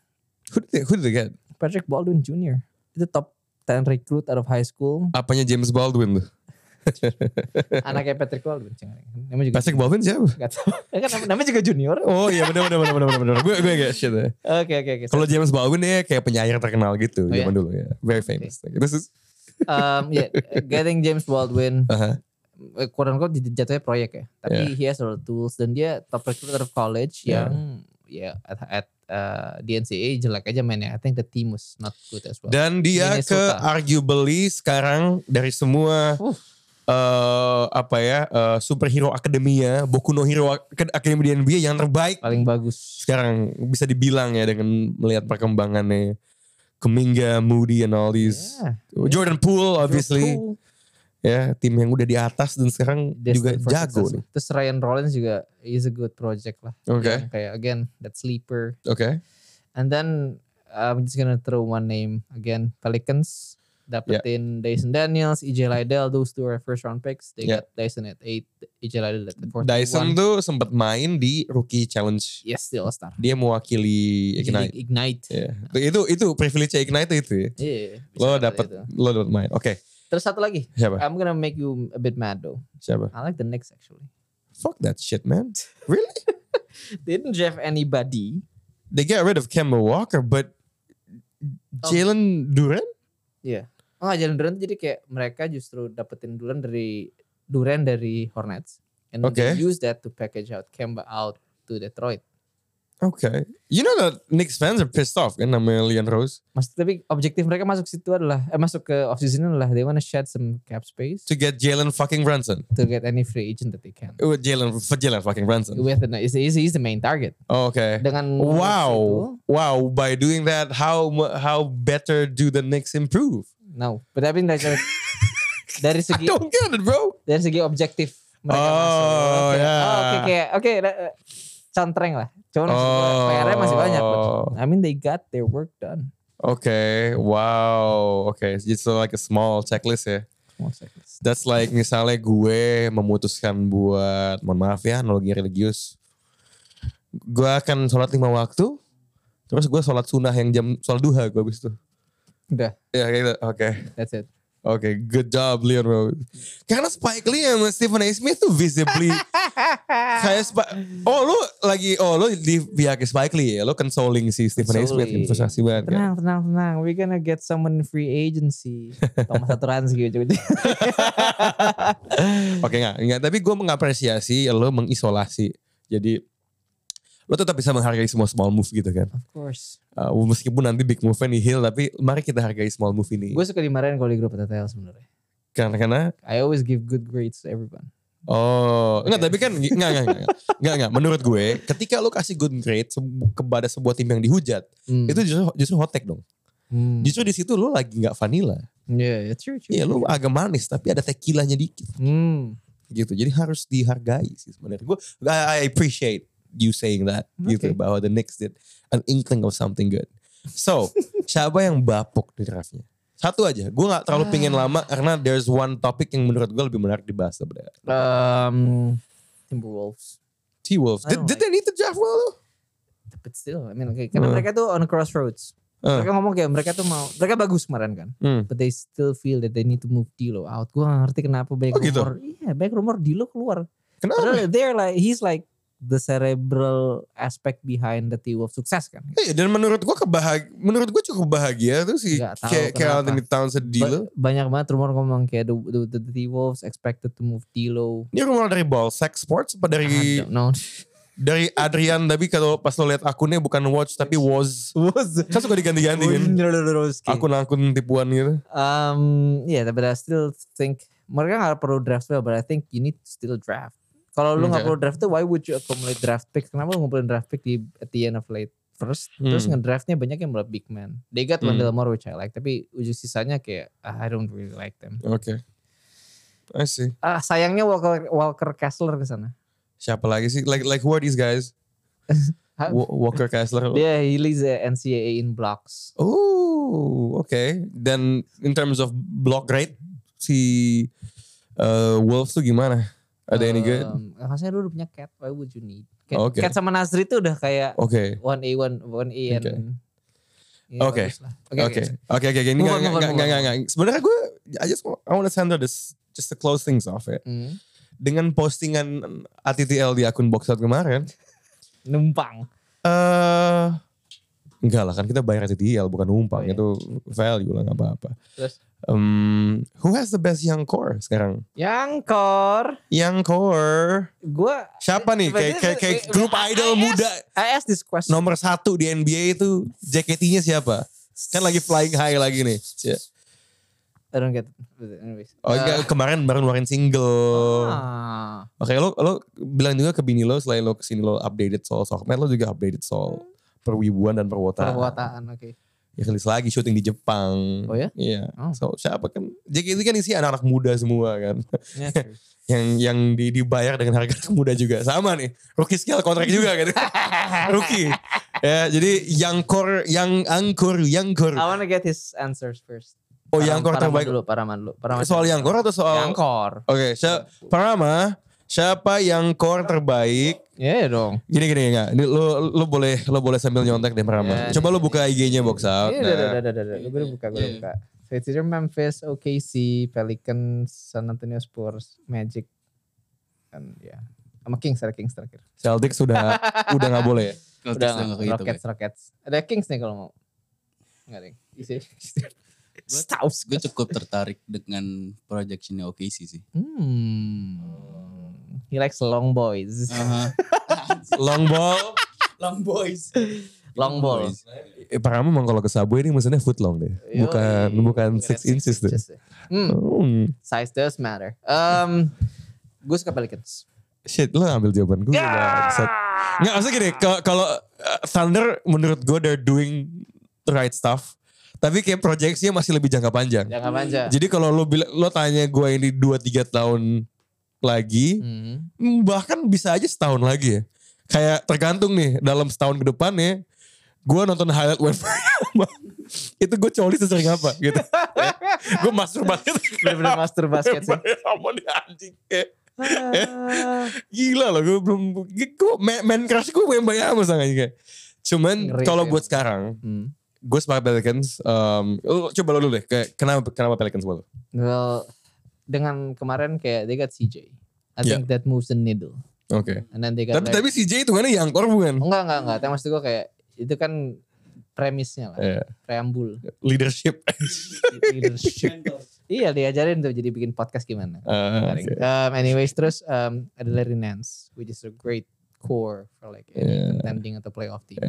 A: Who did they, who did they get?
B: Patrick Baldwin Jr. Itu top 10 recruit out of
A: *laughs*
B: high school.
A: Apanya James Baldwin tuh?
B: Anaknya Patrick Baldwin. Jangan. Namanya juga
A: Patrick Baldwin siapa?
B: Gak tau. Ya kan nam- namanya juga
A: *laughs*
B: junior. Oke
A: Oh iya benar benar benar benar benar. Gue gue kayak shit. ya.
B: oke oke.
A: Kalau James Baldwin ya kayak penyair terkenal gitu
B: Oh, iya?
A: zaman dulu ya. Very famous. This is
B: Um, yeah, getting James Baldwin.
A: Aha.
B: Kurang unquote jadi- jatuhnya proyek ya. Tapi he has all the tools dan dia top recruit out of college
A: Yeah.
B: yang ya at, at uh, di NCAA jelek aja mainnya. I think the team was not good as well.
A: Dan dia
B: Minnesota.
A: ke arguably sekarang dari semua
B: Uh.
A: eh, apa ya eh, superhero akademia Boku no Hero Ak- Academy di NBA yang terbaik
B: Paling bagus.
A: sekarang bisa dibilang ya dengan melihat perkembangannya Kuminga, Moody and all these
B: Yeah.
A: Jordan Poole obviously
B: Liverpool.
A: ya tim yang udah di atas dan sekarang juga
B: Destined for
A: jago
B: success.
A: nih.
B: Terus Ryan Rollins juga is a good project lah.
A: Oke,
B: Yang Kayak again that sleeper.
A: oke.
B: And then I'm just gonna throw one name again. Pelicans dapetin Dyson Daniels, EJ Liddell. Those two are first round picks. They
A: Yeah.
B: got Dyson at eight, EJ Liddell at the fourth.
A: Dyson tuh sempat main di Rookie Challenge.
B: yes, the All Star.
A: Dia mewakili Ignite.
B: Ignite.
A: Ya. Itu itu privilege Ignite itu ya.
B: Iya, bisa
A: Lo
B: dapet
A: dapat
B: itu. Uh,
A: lo dapat main. Oke,
B: Terus satu lagi.
A: siapa?
B: I'm gonna make you a bit mad though.
A: Siapa?
B: I like the Knicks actually.
A: Fuck that shit, man.
B: They didn't draft anybody.
A: They get rid of Kemba Walker, but Jalen Duren?
B: Oh, nggak, Jalen Duren tuh jadi kayak mereka justru dapetin Duren dari Duren dari Hornets. And
A: Okay.
B: they use that to package out Kemba out to Detroit.
A: Oke. You know that Knicks fans are pissed off kan sama Leon Rose
B: Maksud tapi objektif mereka masuk situ adalah eh masuk ke off season adalah they wanna shed some cap space
A: to get Jalen fucking Brunson.
B: to get any free agent that they can.
A: Uh, Jalen for Jalen fucking Brunson.
B: With the, is is is the main target.
A: Oke.
B: Dengan
A: Wow. Wow, by doing that how mu- how better do the Knicks improve?
B: itu, no, but I mean like
A: I *laughs*
B: dari segi
A: don't get it, bro.
B: dari segi objektif mereka
A: Oh,
B: masuk. Oke,
A: ya.
B: oh, oke kayak oke da- eh, Oh. cantreng lah. Cuman maksud gue, PR-nya masih banyak. but I mean they got their work done.
A: Okay, wow. Okay, it's just like a small checklist ya.
B: One second.
A: That's like misalnya gue memutuskan buat, mohon maaf ya, analogi religius. Gue akan sholat lima waktu, terus gue sholat sunnah yang jam, sholat duha gue abis itu.
B: Udah,
A: Ya kayak gitu, oke.
B: that's *laughs* it.
A: Oke, good job Leon Rhodes. Karena Spike Lee sama Stephen A. Smith tuh visibly kayak Spi- Oh lu lagi, oh lu di pihak Spike Lee ya, lu consoling si Stephen A. Smith
B: Consoling.
A: investasi banget kan.
B: Tenang, tenang, tenang. We're gonna get someone in free agency. *laughs* Thomas Saturanski gitu.
A: *laughs* Oke enggak, enggak. Tapi gue mengapresiasi lo mengisolasi. Jadi lo tetap bisa menghargai semua small move gitu kan.
B: of course.
A: Uh, meskipun nanti big move-nya nihil, tapi mari kita hargai small move ini.
B: Gue suka dimarahin kalau di grup TTL sebenarnya.
A: Karena, karena
B: I always give good grades to everyone.
A: oh enggak
B: Oke.
A: tapi kan enggak enggak enggak, enggak enggak enggak. Menurut gue, ketika lo kasih good grade se- kepada sebuah tim yang dihujat,
B: Hmm.
A: itu justru justru hot take dong.
B: Hmm.
A: Justru di situ lo lagi nggak vanilla,
B: Yeah, yeah, true, true.
A: ya lo
B: true.
A: agak manis tapi ada tequilanya dikit
B: Hmm.
A: gitu. Jadi harus dihargai sih sebenarnya. Gue I I appreciate you saying that gitu
B: Okay.
A: bahwa the Knicks did an inkling of something good.
B: *laughs*
A: So siapa yang bapuk di draftnya? Satu aja. Gue nggak
B: Ah.
A: terlalu pingin lama karena there's one topic yang menurut gue lebih menarik dibahas daripada
B: Um, Timberwolves.
A: T Wolves.
B: I
A: Did,
B: don't
A: did they need to draft well? though?
B: But still, I mean, okay, karena
A: Hmm.
B: mereka tuh on a crossroads.
A: Eh,
B: Mereka ngomong kayak mereka tuh mau, mereka bagus kemarin kan.
A: hmm.
B: But they still feel that they need to move Dilo out. Gue gak ngerti kenapa banyak
A: Oh, gitu?
B: rumor. Iya, banyak rumor Dilo keluar.
A: Kenapa? ya?
B: Padahal they're like, he's like the cerebral aspect behind the T-Wolves sukses kan.
A: Iya, dan menurut gue kebahag, menurut gue cukup bahagia tuh si
B: Nggak tahu
A: Ke- Carl
B: kenapa.
A: Anthony Towns
B: Ba-
A: sedih lo.
B: banyak banget rumor ngomong kayak the, the, the, T-Wolves expected to move Dilo.
A: Ini rumor dari Ballsack Sports apa
B: I
A: dari
B: don't know.
A: dari Adrian tapi kalau pas lo lihat akunnya bukan watch tapi was.
B: Was
A: Kan suka diganti-ganti kan. Akun-akun tipuan gitu.
B: Um, yeah, but I still think mereka nggak perlu draft well, but I think you need to still draft. Kalau lu nggak
A: Okay.
B: perlu draft tuh, why would you accumulate draft pick? Kenapa lu ngumpulin draft pick di at the end of late first? Terus
A: Hmm.
B: ngedraftnya banyak yang buat big man. They got
A: Hmm.
B: Wendell Moore which I like, tapi ujung sisanya kayak ah, I don't really like them.
A: Oke. I see.
B: Ah sayangnya Walker Walker Kessler ke sana.
A: Siapa lagi sih? Like like who are these guys?
B: Hah?
A: Wa- Walker Kessler.
B: Dia he leads the NCAA in blocks.
A: Oh, oke. Dan in terms of block rate si uh, Wolves tuh gimana? Are they any good?
B: Um, Rasanya lu udah punya Cat, why would you need? Cat,
A: Oh, Oke.
B: Cat sama Nasri tuh udah kayak
A: Oke.
B: one A one one A and
A: Okay.
B: Ya,
A: Okay.
B: bagus lah. Oke,
A: Oke.
B: oke.
A: Oke oke oke. Ini enggak
B: Move on, move on,
A: enggak
B: move on.
A: enggak enggak. Sebenarnya gue I just want, I want to center this just to close things off ya.
B: Hmm.
A: Dengan postingan ATTL di akun Boxout kemarin,
B: numpang
A: eh enggak lah kan kita bayar TTL bukan numpang
B: Oh, iya.
A: itu value lah nggak apa-apa.
B: terus
A: Um, who has the best young core sekarang?
B: yang kor
A: Young core
B: gue
A: siapa nih? Kayak kayak kayak grup idol muda
B: I asked this question
A: nomor satu di NBA itu JKT-nya siapa? Kan lagi flying high lagi nih. Ya.
B: I don't get it. anyways
A: Oh, enggak, kemarin baru ngeluarin single.
B: ah,
A: Oke, lo lo bilang juga ke bini lo selain lo kesini lo updated soal sokmed lo juga updated soal perwibuan dan perwotaan.
B: perbuatan oke
A: Ya kelis lagi syuting di Jepang.
B: Oh ya?
A: Iya.
B: Oh.
A: So siapa kan? JKT kan isi anak-anak muda semua kan. *laughs*
B: Yeah, *laughs* true.
A: yang yang di, dibayar dengan harga anak muda juga sama nih rookie skill kontrak juga kan *laughs* rookie ya jadi yang core yang angkur yang core
B: I wanna get his answers first
A: oh yang core
B: Paraman- Paraman
A: terbaik
B: Oh, dulu paraman dulu paraman
A: soal yang core atau soal
B: yang
A: oke
B: kor
A: siapa Parama siapa yang core terbaik
B: ya dong
A: gini gini enggak ini lo lo boleh lo boleh sambil nyontek deh Parama
B: Ya,
A: coba
B: ya,
A: lo buka IG-nya box out Nah,
B: Iya, udah, udah, udah, udah, udah, udah. Gue baru buka, gue baru
A: Iya.
B: buka. So it's either Memphis, OKC, Pelicans, San Antonio Spurs, Magic, and ya, sama Kings ada Kings terakhir.
A: Celtics
B: *laughs*
A: sudah udah nggak boleh ya?
B: Udah
C: Celtics
B: nggak,
C: nggak kehitung ya.
B: Rockets, Rockets. Ada Kings nih kalau mau. Enggak deh. Isi. Staus.
C: Gue cukup tertarik dengan projectionnya OKC sih.
B: Hmm. He likes long
C: *laughs*
B: boys.
C: Aha.
A: long ball
C: Long boys.
B: *laughs* Long ball.
A: Eh, Parama emang kalau ke Subway ini mesennya foot long deh bukan
B: Yoi.
A: bukan six inches deh
B: eh, inches deh. Hmm,
A: Hmm.
B: size does matter.
A: *laughs*
B: Um, gue suka Pelicans.
A: Shit, lo ngambil jawaban gue.
B: Ya!
A: bangsat. Nggak, maksudnya gini, kalau- kalau uh, Thunder menurut gue they're doing the right stuff. Tapi kayak proyeksinya masih lebih jangka panjang.
B: Jangan manja.
A: Jadi kalau lo, bila- lo tanya gue ini 2-3 tahun lagi,
B: Hmm.
A: Mm, hmm, bahkan bisa aja setahun lagi ya. Kayak tergantung nih, dalam setahun ke depan ya, gue nonton highlight Wayfair *laughs* itu gue coli sesering apa gitu gue master banget
B: Bener-bener master basket *laughs* sih.
A: sama nih anjing Eh,
B: Ah,
A: gila loh gue belum gue man, man crush gue yang banyak sama sangat kayak cuman
B: Ngeri
A: kalau
B: sih. ya.
A: buat sekarang
B: hmm.
A: gue semangat Pelicans um, lu- coba lo dulu deh kayak, kenapa kenapa Pelicans buat lo
B: Well, dengan kemarin kayak they got CJ. I
A: Yeah.
B: think that moves the needle.
A: oke
B: And then they got
A: tapi
B: like,
A: tapi si J itu kan yang angkor bukan
B: enggak enggak enggak. Tapi maksud gue kayak itu kan premisnya lah,
A: Iya.
B: preambul, *laughs*
A: leadership
B: leadership. iya diajarin tuh jadi bikin podcast gimana.
A: Ah,
B: Garing.
A: oke.
B: Um, anyways terus um, ada Larry Nance which is a great core for like any
A: Yeah.
B: contending atau playoff team.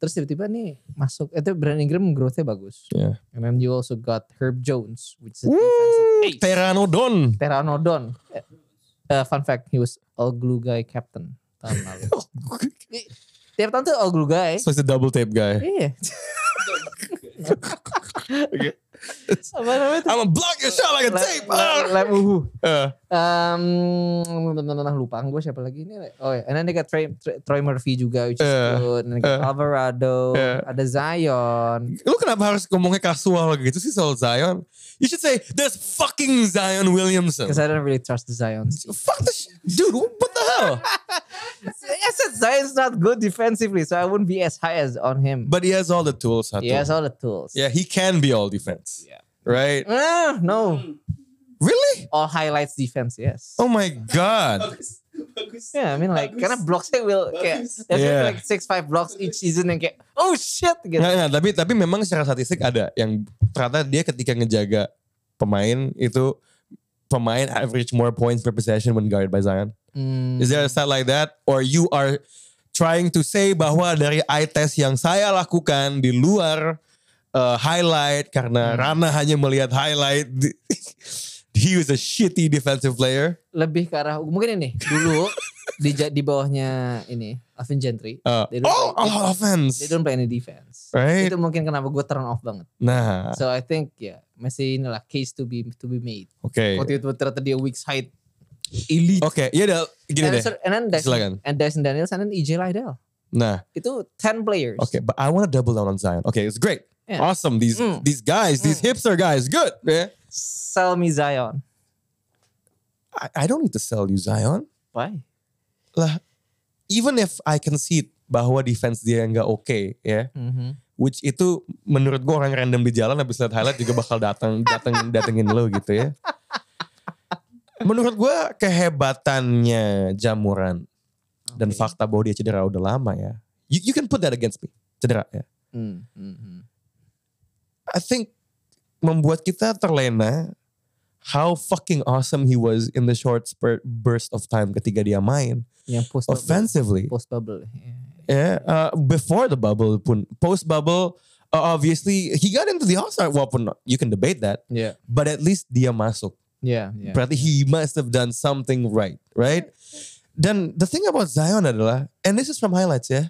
B: Terus tiba-tiba nih masuk itu Brandon Ingram growth-nya bagus.
A: Yeah.
B: And then you also got Herb Jones which is a
A: Woo,
B: defensive ace.
A: Pteranodon
B: Pteranodon. Eh, eh, fun fact he was all glue guy captain tahun *laughs* lalu. Tiap tahun tuh all glue guy.
A: *laughs* so he's a double tape guy
B: Iya. Apa namanya *laughs* tuh?
A: I'm gonna block your shot like a
B: eh,
A: tape
B: Lem-
A: Ah.
B: lem- uhu.
A: *laughs* Eh,
B: Um, *laughs* nah, lupa gue siapa lagi ini. Oh ya, and then they got Troy, Troy- Troy Murphy juga, which is
A: Eh,
B: good. And they got
A: eh,
B: Alvarado,
A: eh.
B: ada Zion.
A: lu kenapa harus ngomongnya kasual gitu sih soal Zion you should say there's fucking Zion Williamson
B: Because I don't really trust the Zion.
A: fuck the sh- dude what the
B: *laughs*
A: hell
B: I said Zion's not good defensively, so I wouldn't be as high as on him.
A: But he has all the tools. Satu.
B: he has all the tools.
A: Yeah, he can be all defense.
C: Yeah.
A: Right?
B: Ah, no,
A: Really?
B: all highlights defense. Yes.
A: Oh my
B: *laughs*
A: god.
C: Bagus. Bagus.
B: Yeah, I mean like
C: Bagus.
B: karena blocksnya will kayak
C: Bagus.
B: there's
A: Yeah.
B: like six five blocks each season yang kayak oh shit gitu.
A: Nggak, nggak, Nah, tapi tapi memang secara statistik ada yang ternyata dia ketika ngejaga pemain itu pemain average more points per possession when guarded by Zion.
B: Hmm.
A: Is there a stat like that or you are trying to say bahwa dari eye test yang saya lakukan di luar uh, highlight karena
B: Hmm.
A: Rana hanya melihat highlight *laughs* he was a shitty defensive player.
B: lebih ke arah mungkin ini
A: *laughs*
B: dulu di ja- di bawahnya ini Alvin Gentry
A: Uh,
B: They don't
A: oh,
B: play-
A: all offense.
B: they don't play any defense
A: Right?
B: itu mungkin kenapa gue turn off banget
A: Nah,
B: so I think ya masih inilah case to be to be made
A: oke.
B: waktu itu ternyata dia weak side elite
A: Oke, ya udah gini
B: and,
A: deh.
B: then- and then Dyson,
A: Silakan.
B: and Dyson Daniels and then EJ Liddell
A: Nah,
B: itu 10 players
A: oke, but I want to double down on Zion. Okay, it's great.
B: Yeah.
A: Awesome. These
B: Mm.
A: these guys, these hipster guys, good. Yeah.
B: sell me Zion
A: I, I don't need to sell you Zion.
B: why
A: Lah, even if I concede bahwa defense dia nggak oke, ya.
B: Mhm.
A: Which itu menurut gua orang random di jalan habis lihat highlight juga bakal datang datang datengin lo gitu ya. Menurut gua kehebatannya Jamuran dan
B: Oke.
A: fakta bahwa dia cedera udah lama ya. You, you can put that against me. Cedera ya.
B: Hmm, hmm, hmm.
A: I think membuat kita terlena how fucking awesome he was in the short spurt burst of time ketika dia main
B: yang post bubble
A: offensively.
B: post bubble yeah.
A: Yeah, uh, before the bubble pun post bubble uh, obviously he got into the All-Star walaupun you can debate that,
B: Yeah,
A: but at least dia masuk.
B: yeah, yeah.
A: Berarti he must have done something right, right? Then the thing about Zion adalah, and this is from highlights ya.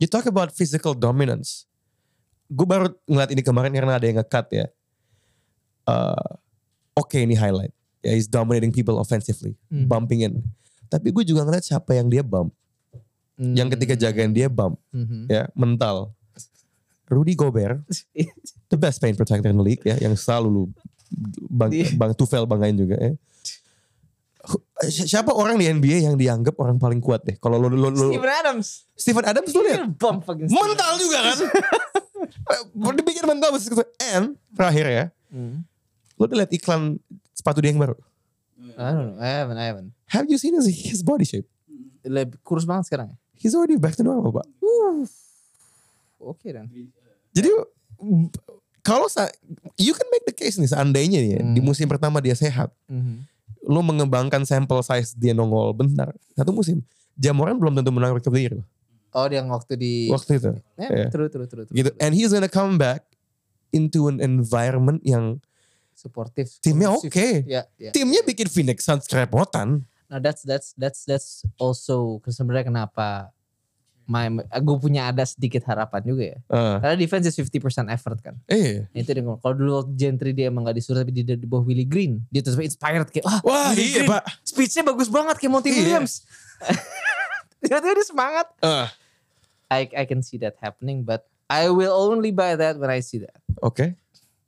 A: You talk about physical dominance. Gue baru ngeliat ini kemarin karena ada yang nge-cut ya. Uh, Oke ini highlight. Ya, he's dominating people offensively.
B: Mhm.
A: Bumping in. Tapi gue juga ngeliat siapa yang dia bump.
B: Hmm,
A: Yang ketika jagain dia bump.
B: Mhm.
A: Ya, mental. Rudy
B: *laughs*
A: Gobert. the best paint protector in the league ya yang selalu lu bang
B: Iya.
A: bang Tufel banggain juga ya. Hu- si- Siapa orang di NBA yang dianggap orang paling kuat deh? Kalau lo, lo, lo-
B: Steven Adams
A: Steven Adams lu lihat
B: You're a bum fucking Steven
A: mental juga
B: *laughs*
A: kan? Eh, Dibikin mental terus gitu. And terakhir ya,
B: Hmm.
A: lo udah lihat iklan sepatu dia yang baru.
B: I don't know. I haven't. I haven't.
A: Have you seen his, his body shape?
B: Lebih kurus banget sekarang. ya?
A: He's already back to normal pak.
B: Oke dan.
A: Jadi m- kalau sa- you can make the case nih seandainya nih ya, di
B: Hmm.
A: musim pertama dia sehat. lu mengembangkan sample size dia nongol bentar satu musim Jamoran belum tentu menang Rookie of the Year loh,
B: Oh, dia yang waktu di.
A: waktu itu
B: Ya,
A: iya.
B: True, true, true, true.
A: gitu and he's gonna come back into an environment yang
B: Supportive.
A: timnya oke
B: kondusif. Ya, ya.
A: timnya bikin Phoenix Suns kerepotan
B: Nah, that's that's that's that's also sebenarnya kenapa my, gue punya ada sedikit harapan juga ya.
A: Eh,
B: Karena defense is 50% effort kan.
A: eh
B: Itu dia ngomong. Kalau dulu waktu Gentry dia emang gak disuruh tapi di, di bawah Willie Green. Dia terus inspired kayak wah
A: wah
B: Willie
A: iya
B: Green,
A: pak
B: *laughs* speechnya bagus banget kayak Monty
A: Iya.
B: Williams. Tiba-tiba dia semangat.
A: Eh,
B: I I can see that happening, but I will only buy that when I see that.
A: Oke.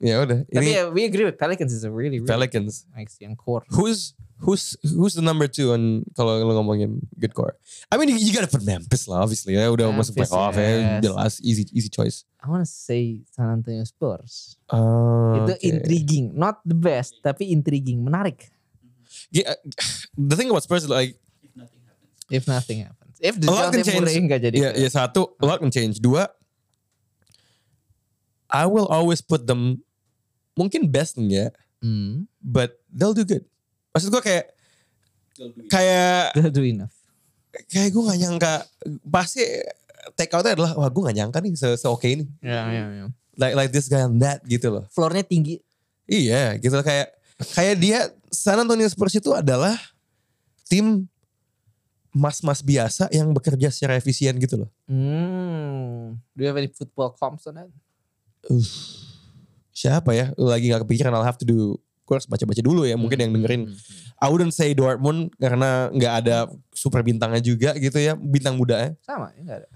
A: Ya udah.
B: Tapi
A: Ini
B: ya, we agree with Pelicans is a really really
A: Pelicans.
B: nice yang core.
A: Who's who's who's the number two on kalau lu ngomongin good core? I mean you, you gotta put Memphis lah obviously ya udah masuk
B: Memphis,
A: playoff ya
B: yes.
A: jelas easy easy choice.
B: I wanna say San Antonio Spurs.
A: Oh,
B: Itu
A: oke.
B: intriguing, not the best, tapi intriguing, menarik.
A: Yeah, eh, the thing about Spurs like
B: If nothing happens,
A: A
B: if
A: lot can
B: DeJounte
A: change.
B: Murray nggak jadi,
A: ya ya satu a lot can change dua I will always put them mungkin best enggak ya,
B: Hmm,
A: but they'll do good. Maksud gue kayak kayak
B: they'll do enough.
A: kayak gue gak nyangka pasti take outnya adalah wah gue gak nyangka nih se, oke ini
B: Ya ya ya.
A: like like this guy and that gitu loh.
B: Floornya tinggi,
A: Iya, gitu loh, kayak kayak dia San Antonio Spurs itu adalah tim mas-mas biasa yang bekerja secara efisien gitu loh.
B: Hmm. Do you have any football comps on that?
A: Siapa ya? Lu Lagi nggak kepikiran I'll have to do gue harus baca-baca dulu ya mungkin yang dengerin.
B: Hmm.
A: I wouldn't say Dortmund karena nggak ada super bintangnya juga gitu ya, bintang mudanya.
B: Sama, ya enggak ada.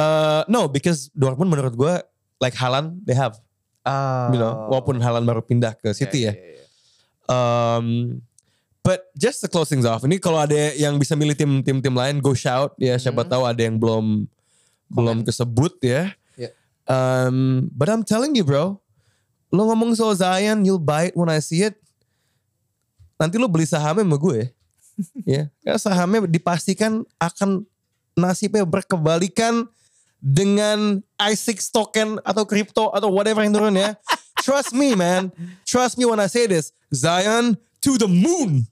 A: Eh no, because Dortmund menurut gue like Haaland they have,
B: Ah.
A: you know, walaupun Haaland baru pindah
B: Oh,
A: ke
B: Iya,
A: City ya. Um, but just to close things off, ini kalau ada yang bisa milih tim tim tim lain, go shout ya. Siapa
B: Hmm.
A: tahu ada yang belum belum kesebut ya.
B: Ya.
A: Um, but I'm telling you bro, lo ngomong soal Zion, you'll buy it when I see it. Nanti lo beli sahamnya sama
B: *laughs*
A: gue, ya. Karena sahamnya dipastikan akan nasibnya berkebalikan dengan ISIX token atau kripto atau whatever yang turun ya. Trust me man, trust me when I say this. Zion to the moon.